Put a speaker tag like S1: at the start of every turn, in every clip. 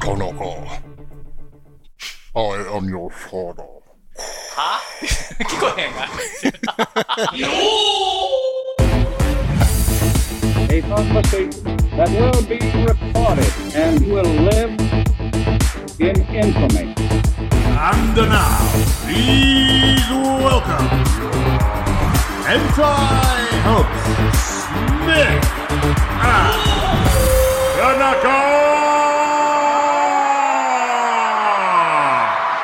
S1: Tanaka, I am your father.
S2: は 聞こえへんが
S3: a prophecy that will be recorded and will live in infamy.
S4: And now, please welcome Hentai Host Smith and Tanaka!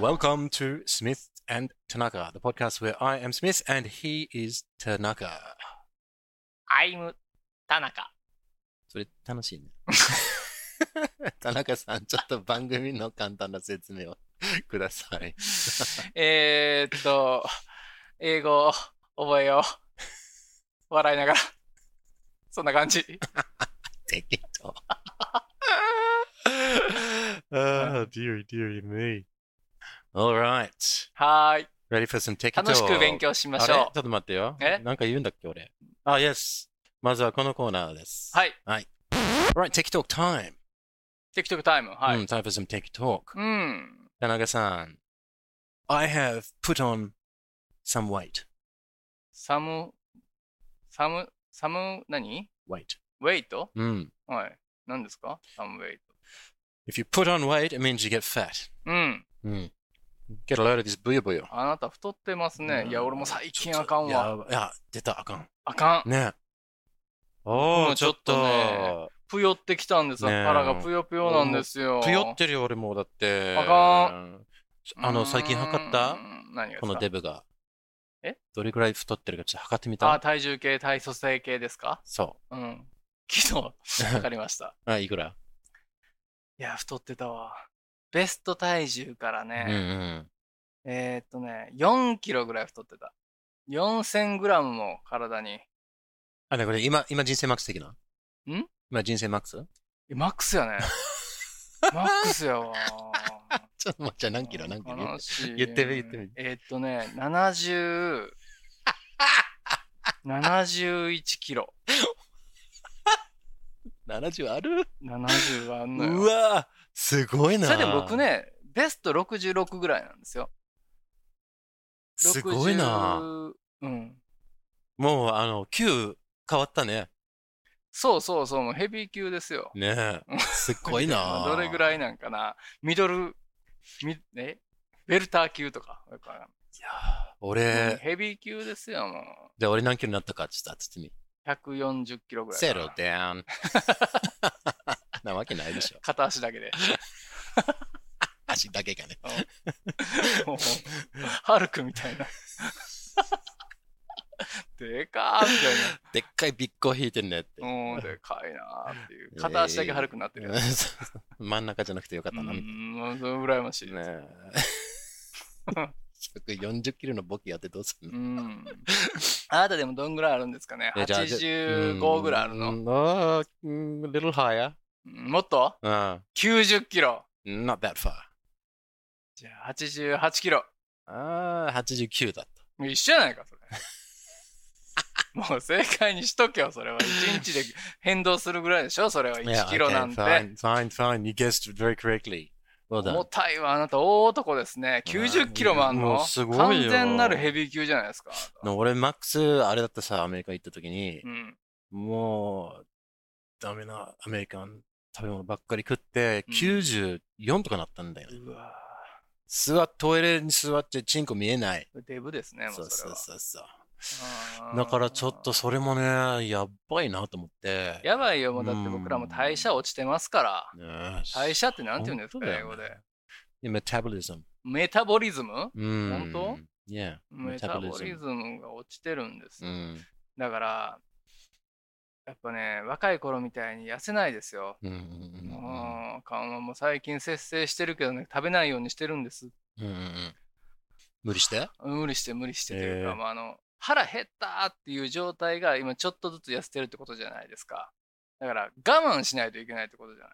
S5: Welcome to Smith and Tanaka, the podcast where I am Smith and he is Tanaka.
S2: I'm 田中
S5: それ楽しい ね。田中さん、ちょっと番組の簡単な説明をください。
S2: えー、っと英語を覚えよう笑いながらそんな感じ
S5: 適当。oh, dearie, dearie me. All right.
S2: はーい
S5: Ready for some 適当
S2: 楽しく勉強しましょ
S5: あれちょっと待ってよ。
S2: え
S5: なんか言うんだっけ、俺。あ、yes. まずはこのコーナーです。
S2: うはい
S5: Right, Tech Talk time.
S2: TikTok タイムはい、う
S5: うん
S2: ん
S5: time for some Tech Talk. Tanaga-san, I have put on some weight.
S2: サムサムサム何
S5: Weight.
S2: ウェイト
S5: Mm.
S2: はい何ですかサムウェイト
S5: If you put on weight, it means you get fat.
S2: うん、
S5: Mm. Get a load of this booyah booyah.
S2: あなた太ってますね。いや、俺も最近あかんわ。あかん。もうちょっとね
S5: いや、出た、あかん。ねえ。おー、ちょっと。
S2: ぷよってきたんですよ。
S5: ねえ
S2: 腹がぷよぷよなんですよ。
S5: ぷよってるよ、俺もうだって。
S2: あかん。
S5: あの、最近測った
S2: うーん何がですか
S5: このデブが。
S2: え
S5: どれくらい太ってるかちょっと測ってみ
S2: あ、
S5: た
S2: 体重計、体組成計ですか
S5: そ
S2: うん。 昨日、わかりま した。
S5: う。あ、いくら
S2: いや、太ってたわ。ベスト体重から
S5: うんう
S2: ね、
S5: ん。
S2: えーっとね、4キロぐらい太ってた。4000グラムも体に。
S5: あ、ね、これ今、今人生マックス的な
S2: うん
S5: 今人生マックス
S2: えマックスやね。マックスやわ。
S5: ちょっと待って、じゃあ何キロ何キロ
S2: 悲しい
S5: 言ってみ言ってみ
S2: えーっとね、70、71キロ。
S5: ?70 ある
S2: 70はあんのよ。
S5: うわすごいな。
S2: それで僕、ね、ベスト66ぐらいなんですよ。
S5: すごいな。
S2: 60。うん。
S5: もう、あの、9変わったね。
S2: そうそうそう、もうヘビー級ですよ。
S5: ね え。すごいな。
S2: どれぐらいなんかな。ミドル、ミえベルター級とか。だからうん
S5: 俺、
S2: ヘビー級ですよ、もう。
S5: じゃあ俺何キロになったかちょっと当ててみ。
S2: 140キロぐらいか
S5: セ
S2: な。
S5: ロダウン。なわけないでし ょ。
S2: 片足だけで。
S5: 足だけがね。
S2: もう、ハルクみたいな。 でかーみたいな。
S5: でっかいビッグを引いてんねって。
S2: うん、でかいなーっていう。片足だけハルクになってるやつ。
S5: 真ん中じゃなくてよかったな、みたいな
S2: うん、そう羨ましいです。
S5: ねえ。140キロのボケやってどうすんの
S2: うん。あなたでもどんぐらいあるんですかね
S5: えじゃあじゃう
S2: ?85
S5: ん
S2: ぐらいあるの、
S5: うんあーうん a little higher.
S2: うんもっと
S5: うん。
S2: ?90 キロ。
S5: Not that far.
S2: じゃあ88キロ。
S5: ああ、89だっ
S2: 一緒やないか、そ れ。もう正解にしとけよ、それは。1日で変動するぐらいでしょ、それは
S5: た。
S2: 1キロなんて。
S5: Yeah, okay, fine, fine, fine. You guessed very correctly. Well
S2: 重
S5: done.
S2: たいわ、あなた、大男ですね。90キロもあんの
S5: もうすごい
S2: 完
S5: よ
S2: 全なるヘビー級じゃないですか。あなた
S5: 俺、マックス、あれだったさ、アメリカ行った時に
S2: う、ん。
S5: もう、ダメなアメリカン食べ物ばっかり食って、
S2: うん
S5: 94とかなったんだよね。
S2: うわ
S5: 座っ、トイレに座って、チンコ見えない。
S2: ぁデブですね、も
S5: そうう
S2: それ
S5: そう
S2: は。
S5: そうそう。
S2: うん
S5: だからちょっとそれもね、やっばいなと思って。
S2: やばいよ、もうだって僕らも代謝落ちてますから。
S5: ねえ
S2: 代謝ってなんて言うんですか、英語。
S5: 本当だ
S2: で
S5: よね。いや、メタボリズム。
S2: メタボリズム
S5: う
S2: 本
S5: ん。当 ?Yeah.
S2: メタボリズムが落ちてるんです。
S5: うん。
S2: だから、やっぱね、若い頃みたいに痩せないですよ。
S5: うんうんうん
S2: もうかんはもう最近節制してるけどね、食べないようにしてるんです。
S5: うんうんうん。無理して
S2: 無理して無理してというか、
S5: へえ
S2: まあ、あの腹減ったっていう状態が今ちょっとずつ痩せてるってことじゃないですか。だから我慢しないといけないってことじゃな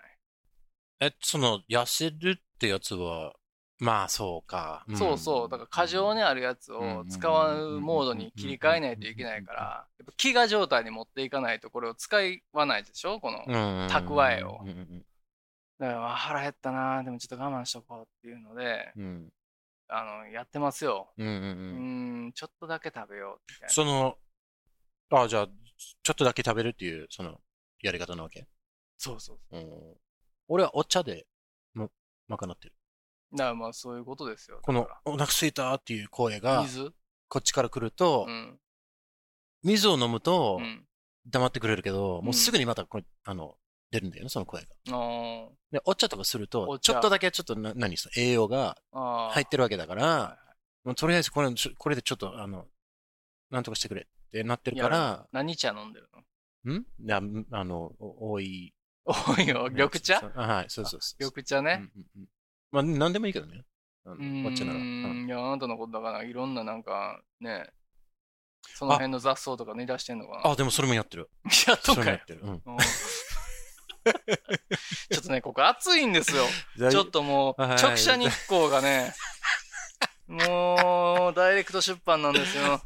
S2: い。
S5: え、その、痩せるってやつは、まあそうか。ん
S2: そうそう。だから過剰にあるやつを使うモードに切り替えないといけないから、やっぱ飢餓状態に持っていかないとこれを使わないでしょこの。
S5: うんうんうん
S2: 蓄えを
S5: うんうん
S2: だからまあ腹減ったなでもちょっと我慢しとこうっていうので、
S5: うん。
S2: あの、やってますよ。
S5: うんうんう
S2: うん
S5: う
S2: ー
S5: ん。
S2: ん、ちょっとだけ食べようみたいな。
S5: その、あじゃあ、ちょっとだけ食べるっていう、その、やり方なわけ。
S2: そうそう
S5: うん俺はお茶で、ま、まかなってる。
S2: だからまあそういうことですよ。
S5: この
S2: だか、
S5: お腹すいたっていう声
S2: ら
S5: が、
S2: 水
S5: こっちから来ると
S2: う、ん。
S5: 水を飲むと
S2: う、ん。
S5: 黙ってくれるけど、
S2: う
S5: も
S2: ん
S5: うすぐにまたこれ、あの、出るんだよね、その声が。
S2: あー
S5: で、お茶とかする
S2: お
S5: と、ち
S2: 茶
S5: ょっとだけちょっとな、何その栄養が
S2: あー。
S5: 入ってるわけだか
S2: はいはい
S5: ら、もうとりあえずこれ、ちょこれでちょっと、あの、なんとかしてくれってなってるか
S2: や
S5: ら、
S2: 何茶飲んでるの
S5: んいやあの、お多い。
S2: 多いよ。緑茶
S5: あはい、そうそうそう。
S2: 緑茶ね。
S5: うんうんうんまあ、なんでもいいけどね。あ
S2: う
S5: の
S2: ん。
S5: お茶なら。うん
S2: いや、あなたのことだから、いろんななんか、ね、その辺の雑草とかね、出してんのかな。
S5: あ、でもそれもやってる。
S2: やっと
S5: それ
S2: か
S5: もや
S2: よ
S5: っ。てる。うん
S2: うんちょっとね、ここ暑いんですよ。ちょっともう、
S5: はい
S2: 直射日光がね、もう、ダイレクト出版なんです よ。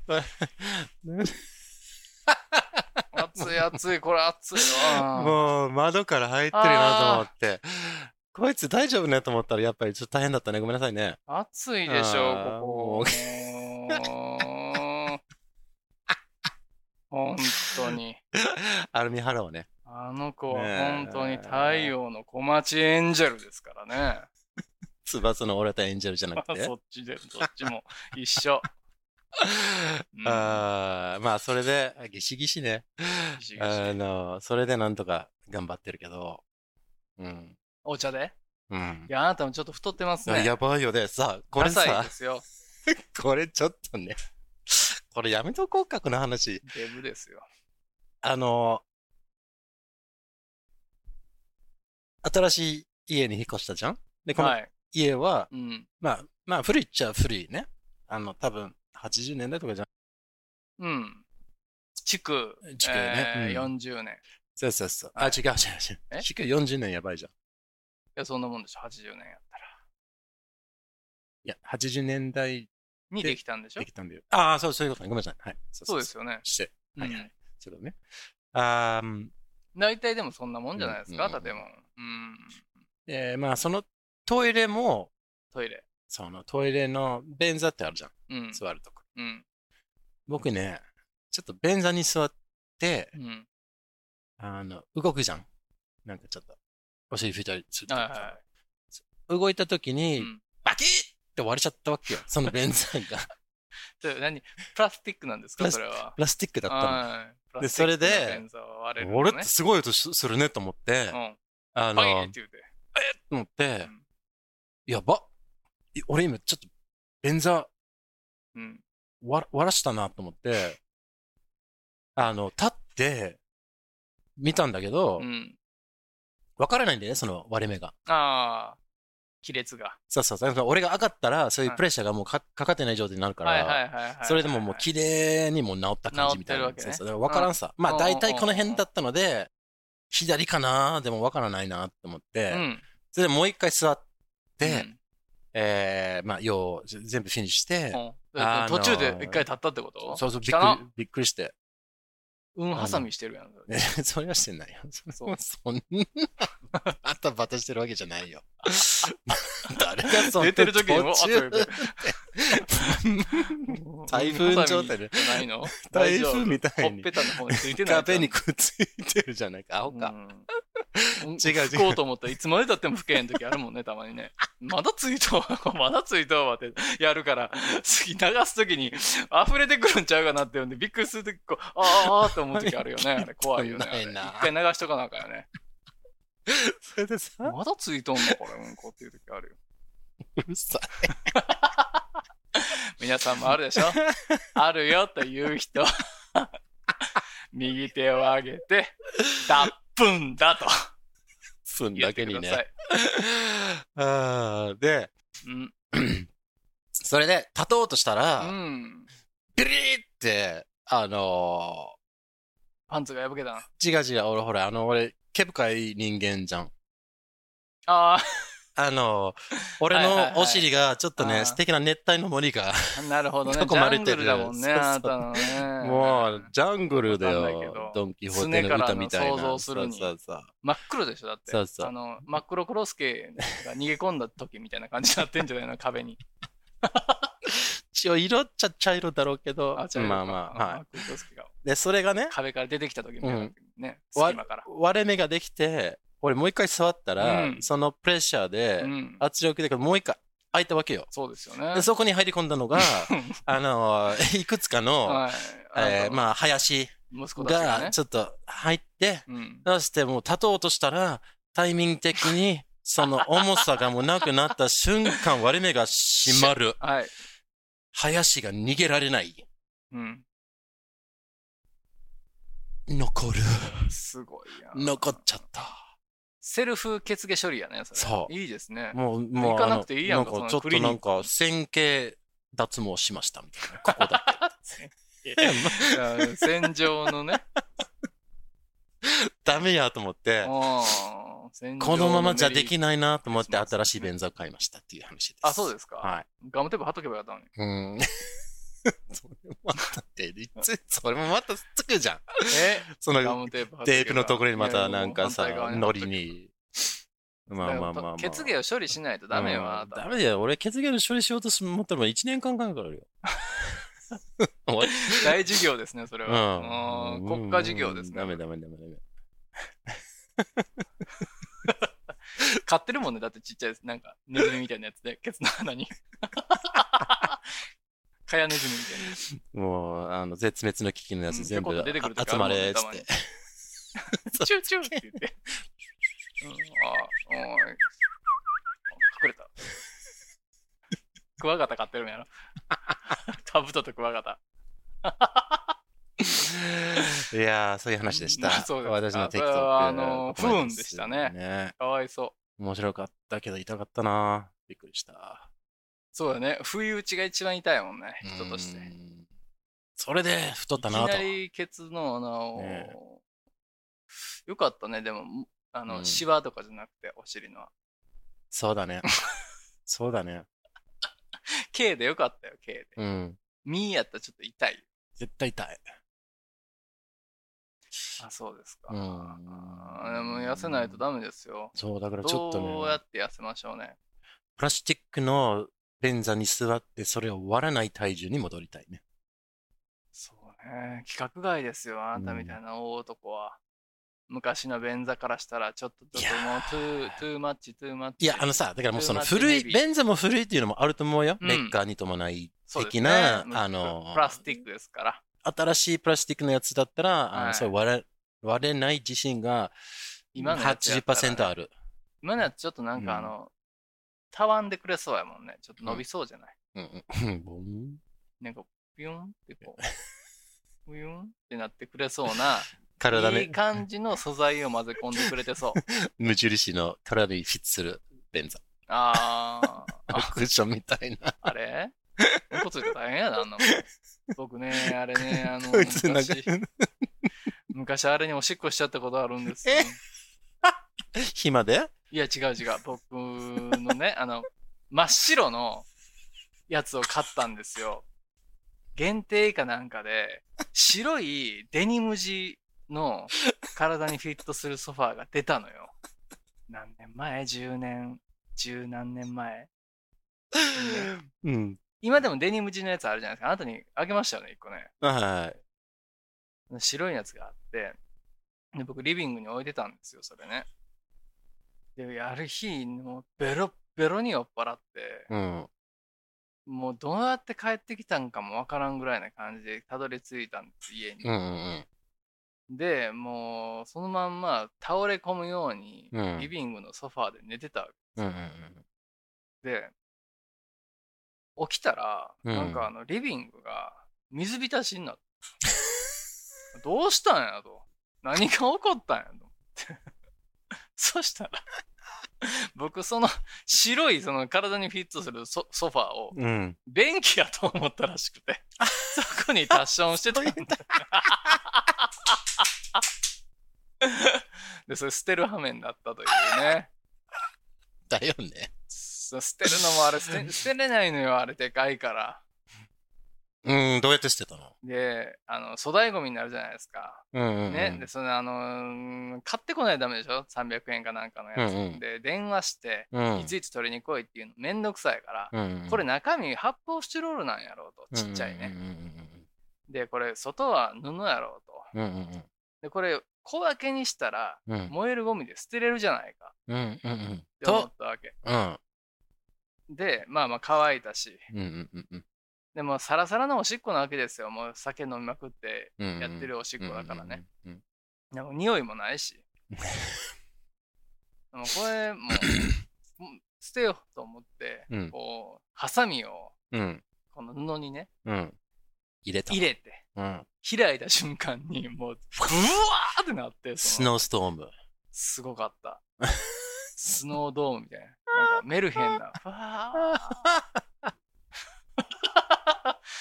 S2: 暑い暑い、これ暑いわ。
S5: もう窓から入ってるなと思って。こいつ大丈夫ねと思ったらやっぱりちょっと大変だったね。ごめんなさいね。
S2: 暑いでしょ
S5: あ
S2: こ
S5: ー、
S2: こ。もう 本当に。
S5: アルミハラをね。
S2: あの子は
S5: ねえ
S2: 本当に太陽の小町エンジェルですからね。
S5: 翼の折れたエンジェルじゃなくて
S2: そ。っちで、どっちも一 緒。 うん
S5: あーまあそれで、ギシギシね。
S2: ギシギシ
S5: あの、それでなんとか頑張ってるけど。うん。
S2: お茶で
S5: うん
S2: い。や、あなたもちょっと太ってますね。
S5: やばいよね。さあ、これ
S2: ダサい
S5: さ
S2: で、すよ。
S5: これちょっとね。 これやめとこうか、この話。
S2: デブですよ。
S5: あの、新しい家に引っ越したじゃんで、こ
S2: は
S5: の
S2: い。
S5: 家は、
S2: うん。
S5: まあ、まあ、古いっちゃ古いね。あの、多分、80年代とかじゃん。
S2: うん。築、
S5: 築ね
S2: えー
S5: う
S2: 40年。い
S5: そうそうそう。あ、違う違う違
S2: え
S5: う。築40年やばいじゃん。
S2: や、そんなもんでしょ。80年やったら。
S5: いや、80年代
S2: にできたんでしょ
S5: できたんだよ。ああ、そう、そういうことね。ごめんなさい。はい。
S2: そうですよね。
S5: して。はいは
S2: うん
S5: い。そういうことね。あーうん
S2: 大体でもそんなもんじゃないですか、
S5: うんうん
S2: 建物。うん。
S5: えーまあ、そのトイレも、
S2: トイレ。
S5: そのトイレの便座ってあるじゃん。
S2: うん。
S5: 座るとこ。
S2: うん。
S5: 僕ね、ちょっと便座に座って
S2: う、ん。
S5: あの、動くじゃん。なんかちょっと、お尻拭いたりすると
S2: はい
S5: か
S2: は
S5: 動いた時
S2: い。
S5: に、
S2: うん。
S5: バキッって割れちゃったわけよ。その便座が。
S2: それ何プラスティックなんですか、
S5: ラス
S2: それは
S5: プ。ラスティックだった
S2: はい。
S5: でそれで
S2: プラスティックの便座は割れ
S5: の。
S2: るの
S5: 俺
S2: ね
S5: ってすごい音しするねと思って、
S2: うん。
S5: あ
S2: パイ
S5: の
S2: って、言うて。
S5: 思って
S2: うん、
S5: やばい俺今ちょっと便座
S2: うん。
S5: 割ら割らしたなと思 って、あの、立って、見たんだけど
S2: う、ん。
S5: 分からないんだよね、その割れ目が。
S2: ああ。亀裂が。
S5: そうそうそう。だから俺が上がったら、そういうプレッシャーがもうかかかってない状態になるか
S2: はいはいはい
S5: ら、
S2: はいはい。
S5: それでももう綺麗にもう治った感じみたいな。
S2: 治ってるわけね
S5: そうそうだから分からんさ。ま
S2: う
S5: あ
S2: んうんうん
S5: 大体この辺だったので、左かなでも分からないなと思って、
S2: うん。
S5: それでもう一回座っ
S2: う
S5: て、
S2: ん
S5: えー、まあ、用をぜ全部フィニッシュして、
S2: うん
S5: あの
S2: 途中で一回立ったってこと
S5: そうそう、びっく
S2: 汚っ
S5: り、びっくりして。
S2: うん、ハサミしてるやん。
S5: ね、 それはしてないよ。
S2: そう
S5: そんな、 バタバタしてるわけじゃない よ。誰がそんな
S2: 寝てる時にも、あ
S5: 途
S2: と
S5: 中
S2: よ
S5: で
S2: く
S5: 台風状態で
S2: ハサミじゃ ないの
S5: 台風みたいに
S2: ほっぺたの方についてない。
S5: 壁にくっついてるじゃないか。青か。
S2: うん。
S5: 違う違う
S2: 拭こうと思ったらいつまでたっても拭けへん時あるもんね、たまにね。まだついとうわまだついとうわってやるから、次流す時に溢れてくるんちゃうかなってんで、びっくりする時こう、あーあーって思う時ある よね。あれ怖いよね。あれ
S5: ないな
S2: 一回流しとかなあかんよね。
S5: それでさ、
S2: まだついとんのこれ、うんこっていう時あるよ。
S5: うるさい。
S2: 皆さんもある でしょあるよという人。 右手を上げて、脱粉だと
S5: ふん
S2: 言っ
S5: だ
S2: て
S5: け
S2: く
S5: に
S2: ださ
S5: ね。
S2: い。
S5: あーで、
S2: うん。
S5: それで立とうとした
S2: う
S5: ら、
S2: ん。
S5: ビリーって、あの
S2: パンツが破けたな。
S5: ー、違う違う、俺ほら、あの、俺、毛深い人間じゃん。
S2: あ
S5: あのー、俺
S2: はいはいはい
S5: のお尻がちょっと
S2: あー
S5: ね、素敵な熱帯の森が、
S2: あ、 なるほどね。ジ
S5: どこまで
S2: ャン
S5: 出
S2: グル
S5: てる
S2: だもんね、
S5: そうそ
S2: あ
S5: う
S2: なたのね。
S5: もう、ジャングルだ
S2: わかんないけど
S5: よ。ドンキホーテの歌みたいな。
S2: 常からの想像するに
S5: そうそうそう
S2: 真っ黒でしょだって。
S5: そうそう
S2: あの、真っ黒クロスケが逃げ込んだ時みたいな感じになってんじゃないの壁 に。
S5: 一応、色っちゃ茶色だろうけど、
S2: 違う
S5: まあまあ、は
S2: 真っ黒クロスケが
S5: い。で、それがね、
S2: 壁から出てきた時みたいなね、
S5: うん
S2: 隙間から。
S5: 割れ目ができて、俺もう一回座ったら、
S2: うん
S5: そのプレッシャーで、
S2: うん。
S5: 圧力でもう一回開いたわけよ。
S2: そうですよね。
S5: でそこに入り込ん だのが、あの、いくつかの、
S2: はい。
S5: えー
S2: あ
S5: まあ、林
S2: の、息子たちがね
S5: が、ちょっと入って、
S2: うん。
S5: そしてもう立とうとしたら、タイミング的に、その重さがもうなくなった瞬間、割れ目が閉まる。
S2: はい。
S5: 林が逃げられない。
S2: うん。
S5: 残る。
S2: すごいやん。
S5: 残っちゃった。
S2: セルフ血毛処理やね、それ。
S5: そう
S2: いいですね。
S5: もう、も
S2: 行
S5: う、
S2: かなくていいやん
S5: あ
S2: か
S5: のなん
S2: そ
S5: か、ち
S2: んな
S5: ょっ
S2: ク
S5: と
S2: リニッ
S5: な
S2: ク
S5: んか、線形脱毛しましたみたいな。ここだけ。
S2: いや戦場の ね。
S5: ダメやと思って、
S2: うん戦場
S5: このままじゃでき
S2: な
S5: ないなと思って、
S2: そうで
S5: 新
S2: す
S5: し
S2: ね
S5: い便座を買いましたっていう話です。
S2: あ、そうですすか。
S5: はい。
S2: ガムテープ貼っとけばよかったのに。
S5: うん。 それもまたって、いつ、それもまたつくじゃん。
S2: え
S5: そ
S2: ガ
S5: の、
S2: ムテープ貼っとけば
S5: テープのところにまたなんか
S2: い
S5: さ
S2: やもう反対側、貼っ
S5: ノ
S2: とけ
S5: リに。
S2: だか
S5: まあ
S2: ら
S5: まあまあまあ。
S2: 血芸を処理しないとダメよ、あ
S5: うん
S2: なた
S5: ダメだよ。俺、血芸の処理しようとし思ったらもう1年間かかる よ。俺
S2: 大事業ですね、それは。
S5: う
S2: うんん国家事業です
S5: ダメ
S2: ね。
S5: ダメダメダメ。
S2: 買ってるもんね、だってちっちゃいです。なんか、ネズミみたいなやつで、ケツの穴に。 カヤネズミみたいな。
S5: もう、あの、絶滅の危機のや
S2: う
S5: つ
S2: ん
S5: 全部
S2: ぴょこっと出てくる時あ
S5: 集
S2: るも
S5: ま
S2: んね
S5: れ、つ
S2: たま
S5: っ
S2: に
S5: て。
S2: チューチューって言って。うん、ああ、おい。隠れた。クワガタ飼ってるん やろ。カブトとクワガタ。
S5: いやー、そういう話でした。
S2: うん そうですか
S5: 私のテクト
S2: それはあの不運でしたね
S5: ね。
S2: かわいそう。
S5: 面白かったけど痛かったなびっくりした。
S2: そうだね。不意打ちが一番痛いもんね、人として
S5: う。ん。それで太ったない
S2: き
S5: と
S2: な。りケツの穴を、
S5: ね
S2: よかったね、でも、あの、
S5: うん
S2: シワとかじゃなくて、お尻の。
S5: そうだね。そうだね。
S2: K でよかったよ、K で。
S5: うん。
S2: ミーやったらちょっと痛い。
S5: 絶対痛い。
S2: あ、そうですか。
S5: うん
S2: あーでも痩せないとダメですよ。
S5: そう、だからちょっと
S2: どうや
S5: ね、
S2: って痩せましょうね。
S5: プラスチックの便座に座って、それを割らない体重に戻りたいね。
S2: そうね。規格外ですよ、あなたみたいな大男は。昔の便座からしたら、ちょっと、
S5: い
S2: ちょっ
S5: や
S2: ともう、
S5: ー
S2: トゥー、トゥーマッチ、トゥーマッチ。
S5: いや、あのさ、だからもうその
S2: トゥーマッチ
S5: 古い、
S2: ヘビー
S5: 便座も古いっていうのもあると思うよ。
S2: うん
S5: 劣化に伴い
S2: そうです
S5: 的
S2: ね
S5: な、
S2: む
S5: あの
S2: プ、ラスティックですから。
S5: 新しいプラスティックのやつだったら、あ
S2: は
S5: の
S2: い
S5: それ割れ割れない自信が
S2: 今のやつやったらね
S5: 80%ある。
S2: 今のやつちょっとなんかあ
S5: うん
S2: の、たわんでくれそうやもんね。ちょっと伸びそうじゃない、
S5: うんうん ボン
S2: なんか、ビューンってこう、ビューンってなってくれそうな、
S5: 体
S2: いい
S5: ね、
S2: 感じの素材を混ぜ込んでくれて そう。
S5: 無印の体にフィットする便座。
S2: あー、あ
S5: クッションみたいな。
S2: あれうんこついて大変やな、あんなもん。僕ね、あれね、あの、
S5: こいつなんか
S2: 昔、昔あれにおしっこしちゃったことあるんですよ。
S5: 暇で
S2: いや、違う違う。僕のね、あの、真っ白のやつを買ったんですよ。限定かなんかで、白いデニム地の体にフィットするソファーが出たのよ。何年前 ?10 年、十何年前。
S5: うん。
S2: 今でもデニム地のやつあるじゃないですか。あなたにあげましたよね、一個ね。
S5: はい。
S2: 白いやつがあって、で僕リビングに置いてたんですよ、それね。で、ある日、もうベロッベロに酔っ払って、
S5: うん。
S2: もうどうやって帰ってきたんかもわからんぐらいな感じでたどり着いたんです家に、
S5: うんうん
S2: でもうそのまんま倒れ込むように、
S5: うん
S2: リビングのソファーで寝てたわ
S5: うん。うん
S2: けで起きたら、
S5: うん
S2: なんかあのリビングが水浸しになって どう したんやと何が起こったんやと思ってそしたら僕、その白い、その体にフィットするソソファーを、
S5: うん。
S2: 便器やと思ったらしく て、そこにタッションしてたんだ。で、それ捨てる羽目になったというね。
S5: だよね。
S2: そう捨てるのもあれ捨て、捨てれないのよ、あれでかいから。
S5: うん、どうやって捨てたの
S2: で、あの、粗大ゴミになるじゃないですか。
S5: うんうんうん。
S2: ね、でそのあのー買ってこないとダメでしょ300円かなんかのやつ、
S5: うんうん
S2: で電話して
S5: うん。
S2: いちいち取りに来いっていうのめんどくさいから、
S5: うん。
S2: これ中身発泡スチロールなんやろうとちっちゃいね、
S5: うん
S2: でこれ外は布やろうと
S5: うんうんうん。
S2: でこれ小分けにしたら
S5: うんうん
S2: 燃えるゴミで捨てれるじゃないか
S5: うんうんうんうん。
S2: って思
S5: と
S2: っ、たわけ
S5: うん。
S2: でまあまあ乾いたし
S5: うんうんうんうん
S2: でもうサラサラのおしっこなわけですよもう酒飲みまくって
S5: うんうん。
S2: やってるおしっこだからね、
S5: うんうん
S2: でも匂いもないし。でもこれ、もう、もう捨てようと思って、
S5: うん
S2: こう、ハサミを、
S5: うん。うん。
S2: この布にね、
S5: うん。入れた。
S2: 入れて、
S5: うん。
S2: 開いた瞬間に、もう、ブワーってなって、
S5: ス
S2: その
S5: ノーストーム。
S2: すごかった。スノードームみ たいな。なんかメルヘン な、ふわー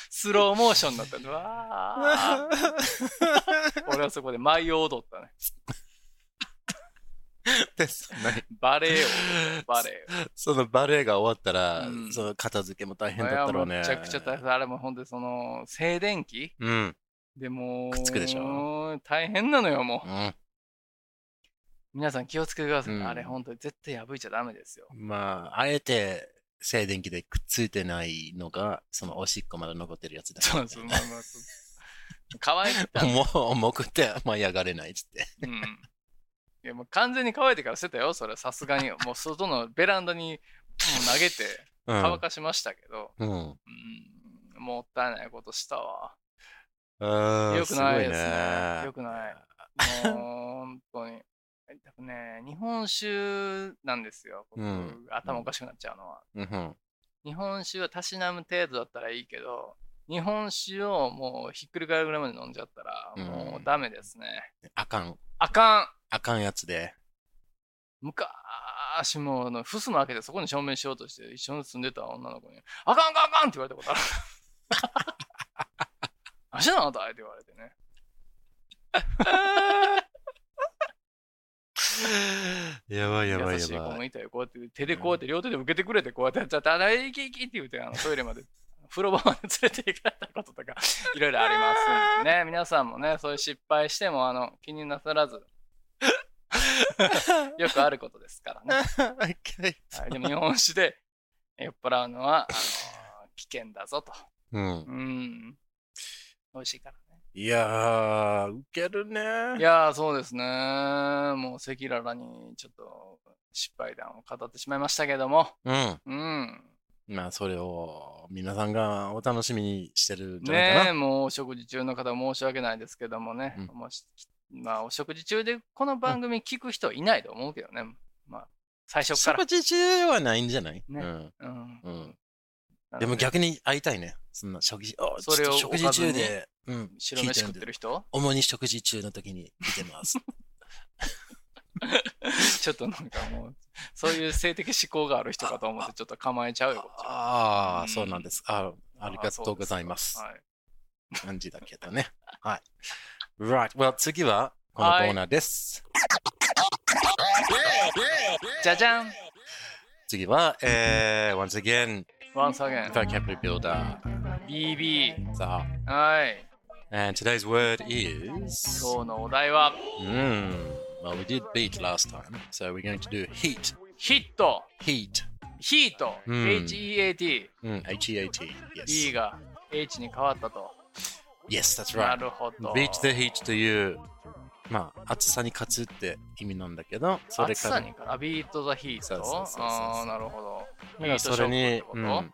S2: スローモーションにな った。うわー俺はそこで舞を踊ったね。
S5: で、そんなに
S2: バレエを、バレエを。
S5: そのバレエが終わったら、
S2: うん
S5: その片付けも大変
S2: あれ
S5: だっ
S2: は
S5: たろう
S2: も
S5: ね。
S2: めちゃくちゃ大変。あれも本当にその、静電気
S5: うん。
S2: でもう
S5: くっつくでしょ
S2: 大変なのよ、もう。
S5: うん。
S2: 皆さん気をつけてくださいね。
S5: うん
S2: あれ本当に絶対破いちゃダメですよ。
S5: まあ、あえて、静電気でくっついてないのが、そのおしっこまで残ってるやつだ。
S2: そうそう、まあまあそう。乾いた。うん。
S5: もう、重くて舞い上がれないっつって。
S2: いや、もう完全に乾いてから捨てたよ、それはさす がに。もう外のベランダにもう投げて
S5: う
S2: 乾
S5: ん。
S2: かしましたけど、
S5: うん。
S2: うん、もったいないことしたわ。
S5: よ
S2: よくないですね。よくない。もう、本当に。多分ね、日本酒なんですよ。僕
S5: うん
S2: 頭おかしくなっちゃうのは。
S5: うん
S2: 日本酒はたしなむ程度だったらいいけど、日本酒をもうひっくり返るぐらいまで飲んじゃったら、
S5: うん
S2: もうダメですね。
S5: あかん、
S2: あか
S5: あかんやつで。
S2: ん昔もうあの、ふすま開けてそこに証明しようとして、一緒に住んでた女の子に、あかんあかんあかんって言われたことある。 明日なのだいって言われてね。
S5: やばい やばい
S2: 優しい
S5: や
S2: 子
S5: ば
S2: も
S5: い。
S2: いたよ。こうやって手でこうやって両手で受けてくれて、こうやってやっちゃって、あら、いきいきって言うて、あのトイレまで、 風呂場まで連れて行かれたことと か、いろいろありますんでね。皆さんもね、そういう失敗しても、あの、気になさらず、よくあることですからね。はい、でも日本酒で酔っ払うのは、あの、危険だぞと。
S5: うん
S2: う、ん。美味しいからね。
S5: いやー、ウケるね。
S2: いやー、そうですね。もう赤裸々にちょっと失敗談を語ってしまいましたけども、
S5: うん。
S2: うん。
S5: まあ、それを皆さんがお楽しみにしてるんじゃないか
S2: ね
S5: な。
S2: え、もうお食事中の方申し訳ないですけどもね、
S5: うん
S2: もしまあお食事中でこの番組聞く人いないと思うけどね、まあ最初から。
S5: 食事中はないんじゃない、
S2: ね
S5: うん
S2: うん
S5: うん、
S2: なの
S5: でも逆に会いたいね。そんな食事、あ
S2: それを
S5: ちょっと食事中
S2: お
S5: で、うん、
S2: 白
S5: 聞い
S2: 飯
S5: るん
S2: 食っ
S5: で
S2: てる人
S5: 主に食事中の時に見てます。
S2: ちょっとなんかもう、そういう性的思考がある人かと思ってちょっと構えちゃうよ、こっちは
S5: あ
S2: う
S5: あ、
S2: ん
S5: そうなんです。あありがとうございます。
S2: はい
S5: 感じだけどね。はい。Right. Well, 次はこのコーナーです。
S2: じゃじゃん
S5: 次は、えー、once again,
S2: !Once again,
S5: vocabulary builder.
S2: BB。
S5: So,
S2: はい。
S5: and today's word is.
S2: 今日のお題は、
S5: Mm, well, we did beat last time, so we're going to do heat.
S2: ヒット
S5: Heat.
S2: ヒート、
S5: うん
S2: H-E-A-T
S5: Mm, H E A T.
S2: E
S5: Yes.
S2: が H に変わったと。
S5: Yes, that's
S2: な
S5: right.
S2: るほど。
S5: Beat the heat という、まあ、暑さに勝つって意味なんだけど、それ
S2: 暑
S5: か
S2: さ
S5: ら
S2: にかあビート・ザ・ヒート
S5: そうそうそうそう
S2: ああなるほど
S5: だからそれに、う
S2: ヒートショックってこと
S5: ん、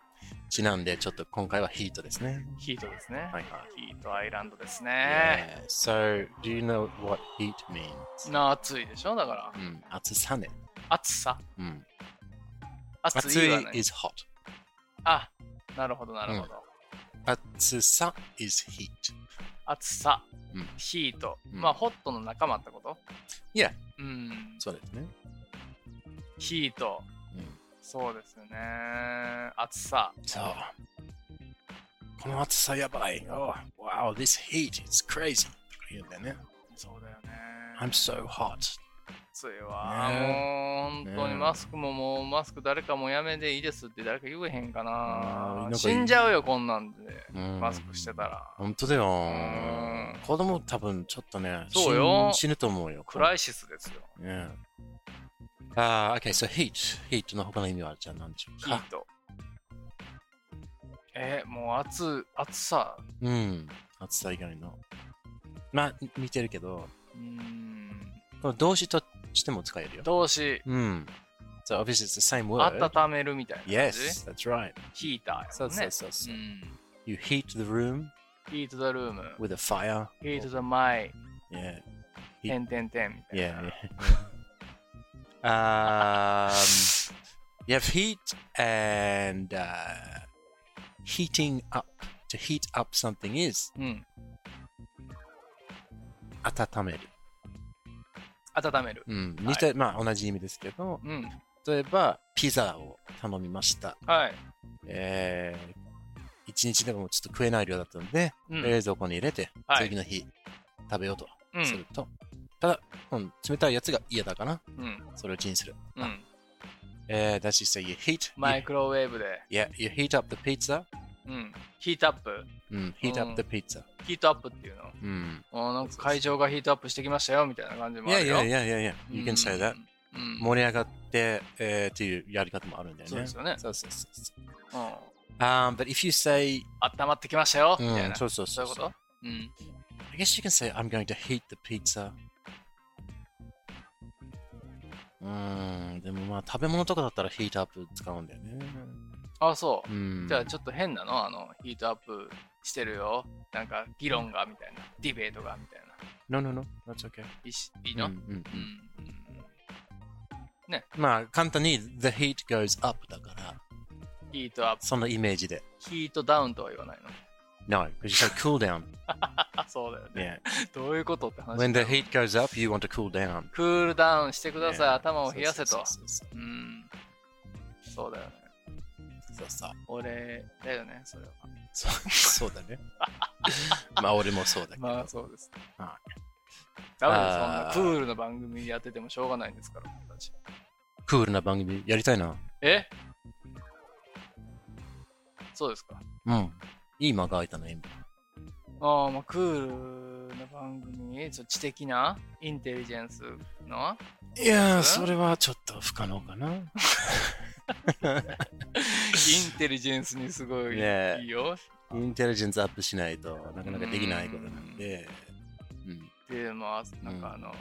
S5: ちなんで、ちょっと今回はヒートですね。
S2: ヒートですね、
S5: はいはい。
S2: ヒートアイランドですね、
S5: Yeah. So, do you know what heat means?
S2: な暑いでしょだから
S5: うん、暑さね。
S2: 暑さ
S5: うん、
S2: 暑
S5: 暑
S2: い
S5: い
S2: はね
S5: is hot.
S2: あなるほどなるほど、
S5: 暑さ is heat.
S2: 暑さ、
S5: うん
S2: ヒート、
S5: うん
S2: まあホットの仲間ってこと
S5: Yeah.
S2: うん
S5: そうですね。
S2: ヒート、
S5: うん
S2: そうですよね。暑さ。
S5: そう。この暑さやばい。Oh, wow, this heat is crazy. とか言うんだよね。
S2: そうだよね。
S5: I'm so hot.
S2: 暑いわ。
S5: ね
S2: もう本当
S5: ね
S2: にマスクももうマスク誰かもやめでいいですって誰か言えへんか
S5: あー
S2: な。
S5: なんか
S2: 死んじゃうよ、こんなんで。
S5: うん
S2: マスクしてたら。
S5: 本当だよ
S2: ん。
S5: 子供多分ちょっとね、
S2: そうよ
S5: 死ん死ぬと思うよ。
S2: クライシスですよ。
S5: Yeah. Uh, okay, so heat. Heat の他の意味はじゃあ何でしょう
S2: ヒ
S5: か
S2: ート。え、もう暑、暑さ。
S5: うん。暑さ以外の。まあ、似てるけど、
S2: うーん。
S5: この動詞としても使えるよ。
S2: 動詞、
S5: うん。So obviously it's the same word.
S2: 温めるみたいな感じ。
S5: Yes, that's right.
S2: ヒーターやもんね。
S5: そうそうそうそううん You heat the room
S2: Heat the room,
S5: with a fire.
S2: heat the my,
S5: Yeah.
S2: てんてんてんみたいな。
S5: Yeah. yeah. um, you have heat and uh, heating up. To heat up something is
S2: うん。
S5: 温める。
S2: 温める。
S5: うん、似て、まあ同じ意味ですけど、
S2: うん。
S5: 例えばピザを頼みました。
S2: はい。
S5: えー、一日でもちょっと食えない量だったので、
S2: うん。
S5: 冷蔵庫に入れて、
S2: はい
S5: 次の日食べようと
S2: うん
S5: すると、ただ、うん、冷たいやつが嫌だから、
S2: うん。
S5: それをチンする。
S2: うん。
S5: えー、that's just say you heat.
S2: マイクロウェーブで。
S5: Yeah, you heat up the pizza.
S2: うん。ヒートアップ。
S5: うん、heat
S2: う
S5: up
S2: ん
S5: the pizza.
S2: ヒートアップっていうの。
S5: うん。
S2: あーなんか会場がヒートアップしてきましたよみたいな感じもあ
S5: Yeah,
S2: るよ。
S5: yeah, yeah, yeah, yeah. You
S2: うん
S5: can say that.
S2: うん。
S5: 盛り上がって、えー、っていうやり方もあるんだよね。
S2: そうですよね
S5: そうそうそうそう。
S2: うん
S5: Um, but if you say
S2: 温まってきましたよみたい
S5: うん
S2: な。
S5: そ
S2: そう
S5: そうそうう
S2: いう
S5: そう
S2: ことうん
S5: I guess you can say I'm going to heat the pizza. うーん、でもまあ食べ物とかだったらヒートアップ使うんだよね。
S2: あ、そうう。
S5: ん。
S2: じゃあちょっと変なのあの、ヒートアップしてるよ。なんか議論がみたいな。ディベートがみたいな。
S5: No, no, no. That's okay.
S2: いいしいい
S5: うんう
S2: の
S5: んうん
S2: うん。
S5: まあ簡単に The heat goes up だから、
S2: ヒートアップ。
S5: そのイメージで。
S2: ヒートダウンとは言わないの。
S5: No, because you say cool down.
S2: あ、そうだよね。
S5: Yeah.
S2: どういうことって話。
S5: When the heat goes up, you want to cool down.
S2: クールダウンしてください。
S5: Yeah.
S2: 頭を冷やせと。
S5: そうそう
S2: う
S5: そ
S2: ん。そうだよね。
S5: うそうそう
S2: 俺だよね、そ れは。
S5: そう そう だね。まあ俺もそうだけど。
S2: まあそうです。
S5: は
S2: ダメ
S5: あー
S2: だよ、そんなクールな番組やっててもしょうがないんですから、僕たち。
S5: クールな番組やりたいな。
S2: えそうですか。
S5: うん。いい間が空いたね、今。
S2: ああ、まあクールな番組、ちょ知的なインテリジェンス の
S5: いやー、
S2: ん
S5: それはちょっと不可能かな。
S2: インテリジェンスにすごい
S5: ねえ
S2: いいよ。
S5: インテリジェンスアップしないとなかなかできないことなんで。うん。
S2: で、まあ、なんかあの、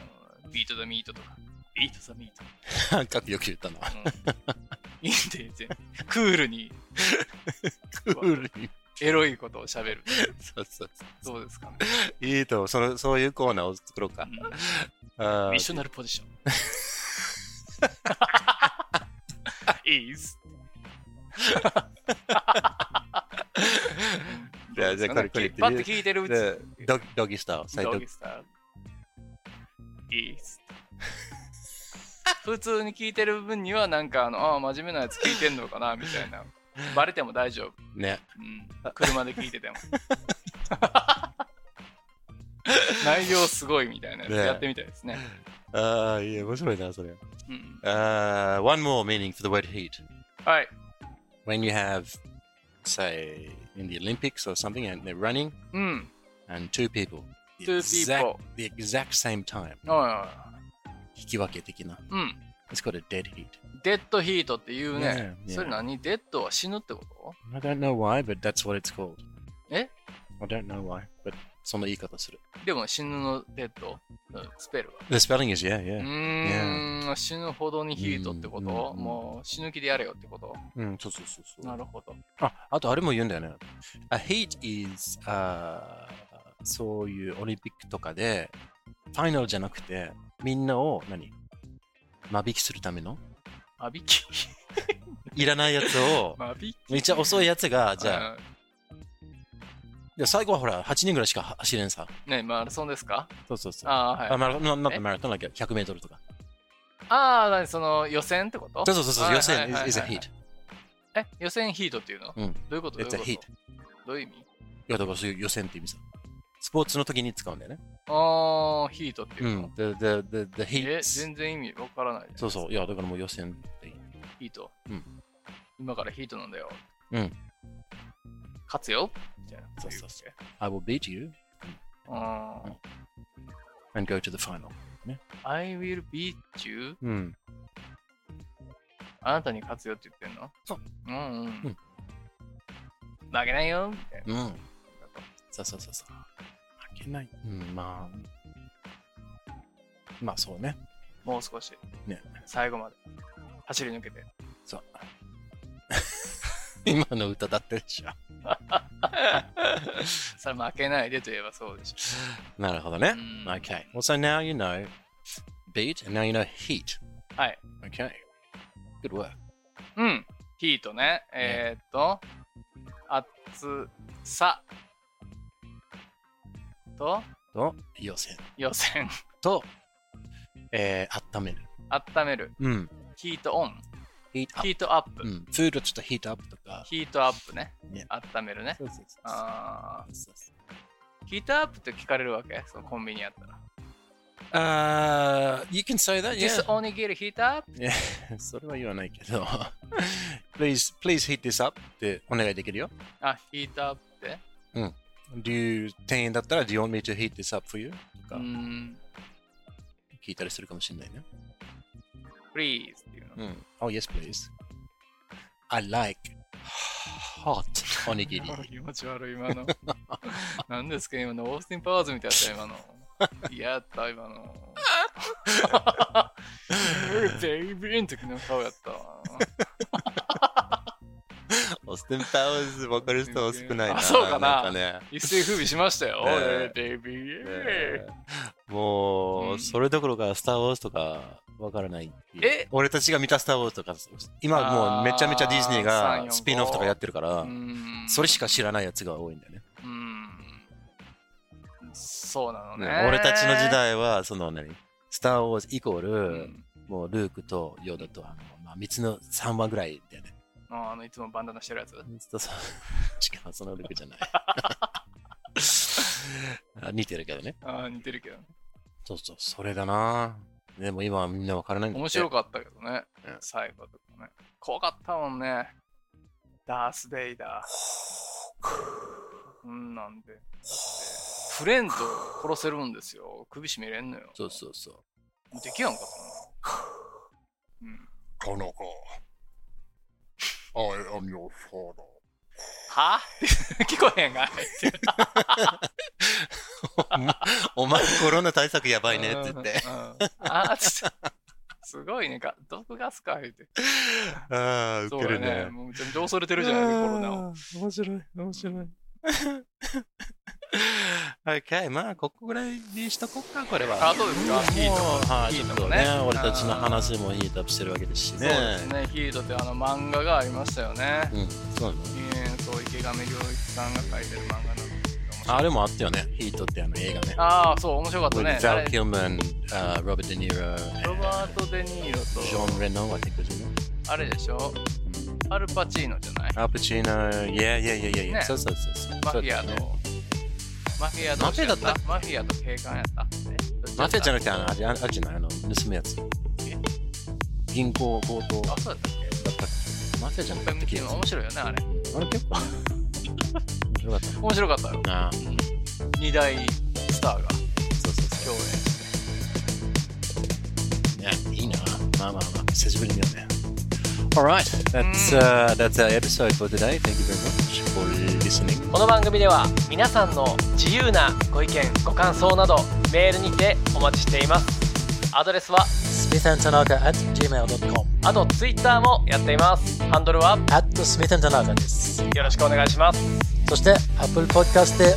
S2: ビート・ザ・ミートとか、ビート・ザ・ミート。
S5: かっこよく言ったな。
S2: インテリジェンス。クールに
S5: クールに。
S2: エロいことを喋る。
S5: そうそうそ
S2: どうですかね。
S5: う。いいと、そのそういうコーナーを作ろうか。あ
S2: ミッ
S5: ー
S2: ショナルポジション。イーズ。
S5: じゃあ、じゃあ、これ、これ
S2: パッて聞いてるうち
S5: でドギドギスター、最
S2: ド
S5: ド
S2: ギスター。イーズ。普通に聞いてる分にはなんかあのああ真面目なやつ聞いてんのかなみたいなバレても大丈夫、
S5: ね。
S2: うん、車で聞いてて も内容すごいみたいなやつ
S5: ね
S2: やってみたいですね
S5: ああ、いや、面白いな、それ。
S2: うん、
S5: Uh, one more meaning for the word heat.
S2: はい
S5: When you have, say, in the Olympics or something, and they're running,
S2: うん。
S5: and two people. the
S2: Two
S5: exact-
S2: people.
S5: The exact same time.
S2: おいおいおい
S5: 引き分け的な。
S2: うん。
S5: It's called a dead heat.
S2: デッドヒートって言うね。
S5: Yeah, yeah.
S2: それ何デッドは死ぬってこと
S5: I don't know why, but that's what it's called.
S2: え
S5: I don't know why, but その言い方する。
S2: でも死ぬのデッドうんスペルは。
S5: The spelling is yeah,
S2: う
S5: yeah.
S2: ーん、死ぬほどにヒートってこと
S5: うんうんうん
S2: もう死ぬ気でやれよってこと
S5: うん、そうそうそうそう。
S2: なるほど。
S5: あ、あとあれも言うんだよね。A heat is, あーそういうオリンピックとかで、ファイナルじゃなくて、みんなを何間引きするための
S2: 間引き。
S5: いらないやつを、
S2: 間引き。
S5: めっちゃ遅いやつが、じゃあ、
S2: あ。
S5: で最後はほら、8人ぐらいしか走れんさ。
S2: ねマラソンですか
S5: そうそうそう。
S2: ああ、
S5: あ、
S2: はい。
S5: マラ、ななん
S2: え
S5: マラソンだっけ ?100 メートルとか。
S2: ああ、何その予選ってこと
S5: そうそうそうそう、
S2: はい
S5: 予
S2: は
S5: 選
S2: いはいはい
S5: is is a heat。
S2: え、予選ヒートっていうの、
S5: うん
S2: どういうことどういうこ
S5: It's a
S2: と
S5: heat。い
S2: どういう意味
S5: や、だからそういう予選って意味さ。スポーツの時に使うんだよね。
S2: ああ、ヒートっていううの、
S5: ん。The, the, the, the
S2: え、
S5: heat.
S2: 全然意味わからないね。
S5: そうそう。いや、だからもう予選っていい。
S2: ヒート。
S5: うん
S2: 今からヒートなんだよ。
S5: うん。
S2: 勝つよみたいな。
S5: そうそうそう I will beat you
S2: う。あー
S5: and go to the final.
S2: I will beat you.
S5: うん。
S2: あなたに勝つよって言ってんの
S5: そう。
S2: うんうん。
S5: う
S2: 負けないよみたいな。
S5: うん。そうそうそうそう。負けない。うん、まあ。まあそうね。
S2: もう少し。
S5: ね
S2: 最後まで。走り抜 けて。
S5: そう。今の歌だってるでしょ。
S2: さあ負けないでといえばそうでしょ。
S5: なるほどね。
S2: うん
S5: Okay. Well, so now you know beat and now you know heat.
S2: はい。
S5: Okay. Good work.
S2: うん。ヒートね。えー、っと、暑さと
S5: と、予選。
S2: 予選。
S5: と、えー、温める。
S2: 温める。
S5: うん。
S2: ヒートオン。
S5: heat
S2: ヒ
S5: up。
S2: ートアップ。
S5: うん。フードちょっと heat up とか。
S2: ヒートアップね。
S5: ね
S2: 温めるね。
S5: そうそうそうそう
S2: あ
S5: そうそう
S2: ーヒートアップって聞かれるわけそのコンビニやったら。
S5: Uh, you can say that, yeah.
S2: This only get heat up?
S5: それは言わないけど。please, please heat this up ってお願いできるよ。
S2: あ、ヒートアップって。
S5: Do you, 店員だったら、Do you want me to heat this up for you?
S2: う
S5: か
S2: ーん。
S5: 聞いたりするかもしれないね。
S2: Please っていうの。
S5: うん。Oh, yes, please. I like hot おにぎり。
S2: 気持ち悪い今の。 何ですか今のオースティン・パワーズみたいだった今の。やった今 の。ベイビーの時の顔やったわ。
S6: オステン・パワーズ分かる人少ないな。
S2: あそうかなん
S6: かね。
S2: 一世風靡しましたよ。
S6: ね
S2: ベイビー。
S6: ねも
S2: う
S6: う、
S2: ん
S6: それどころか、スター・ウォーズとか分からないっていう。
S2: え
S6: 俺たちが見たスター・ウォーズとか、今もうめちゃめちゃディズニー
S2: あー345
S6: がスピンオフとかやってるか
S2: う
S6: ら、
S2: ん
S5: それしか知らないやつが多いんだよね。
S2: うん。そうなのね。
S6: 俺たちの時代は、その何スター・ウォーズイコール、
S2: うん。
S6: もうルークとヨーダと、あの、まあ、三つの3話ぐらいだよね。
S2: ああのいつもバンダナしてるやつ。
S6: そうそう違う、そのルークじゃない。
S5: あ似てるけどね。
S2: ああ似てるけどね。
S5: そうそう、それだな。でも今はみんなわからないんだって
S2: 面白かったけどね
S5: うん。
S2: 最後とかね。怖かったもんね。ダース・ベイダー。うんなんで。だってフレンド殺せるんですよ。首絞めれんのよ。
S5: そうそうそう。
S2: できやんかったな。うん。
S1: Konoha. I am your father.
S2: は 聞こえへんが。
S6: お前、コロナ対策やばいねって言って。
S2: うん。うんあーつって。すごいね。が毒ガスか言って。
S6: ああ、ウ
S2: そ
S6: ケ
S2: うだ
S6: る
S2: ね。
S6: ね。
S2: もうめちゃめちゃ恐れてるじゃないですか、コロナを。
S5: 面白い、面白い。
S6: OK、まあ、ここぐらいにしとこっか、これは。
S2: あ、そうですか。ヒート。
S6: はい、
S2: ヒ
S6: ちょ
S2: ー
S6: っと
S2: トも
S6: ね
S2: ね。
S6: 俺たちの話もヒートアップしてるわけですし
S2: そう
S6: ね。
S2: ですね、ヒートってあの漫画がありましたよね。
S5: うん、そうなの。
S2: えーそう、池上良一さんが描いてる漫画なんですけども。
S5: あれもあったよね。ヒートってあの映画ね。
S2: ああ、そう、面白かったね
S5: With。
S2: あ
S5: Val
S2: れ
S5: Kilmer, uh, Robert De Niro,
S2: ロバート・デ・ニーロ
S5: Jean Reno, I think was in it.
S2: と、あれでしょ、アルパチーノじゃない
S5: Al Pacino. Yeah, yeah, yeah, yeah. yeah.
S2: ね
S5: そうそうそうそう。
S2: マフ
S5: そう
S2: ィ
S5: だ
S2: ア
S5: よね
S2: と。マフィアと
S5: マフィアだったっ
S2: マフィアと警官やった。えどっち
S5: マフィアじゃ
S2: や
S5: な
S2: っ
S5: くて、あの、あれあれあれじゃない、あの、盗むやつ。銀行強盗
S2: た
S5: だっ
S2: あ、そうだったっけ
S5: たっけマフィアじゃなかったっけ
S2: でも面白いよね、あれ。
S5: あれ結構ね。面白かった
S2: 面白かったよ。
S5: な。ああ、
S2: 二大スターが
S5: そうそうそ
S2: 共演して。
S5: う。ね、いいな。まあまあまあ、久しぶりに見ようね。Alright, that's,、uh, that's our episode for today. Thank you very much for listening.
S7: この番組では皆さんの自由なご意見ご感想などメールにてお待ちしていますアドレスは
S8: smithandtanaka at gmail.com
S7: あと Twitter もやっていますハンドルは
S8: at smithandtanaka です
S7: よろしくお願いします
S8: そして Apple Podcast で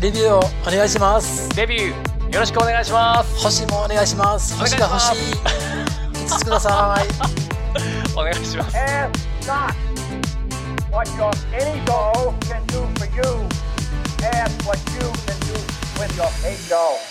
S8: レビューをお願いします
S7: デビューよろしくお願いします
S8: 星もお願いします
S7: 願い
S8: 星
S7: し
S8: が
S7: ま
S8: 欲
S7: す
S8: しい5つください
S7: お願いします
S9: Ask not what your any dog can do for you. Ask what you can do with your hate dog.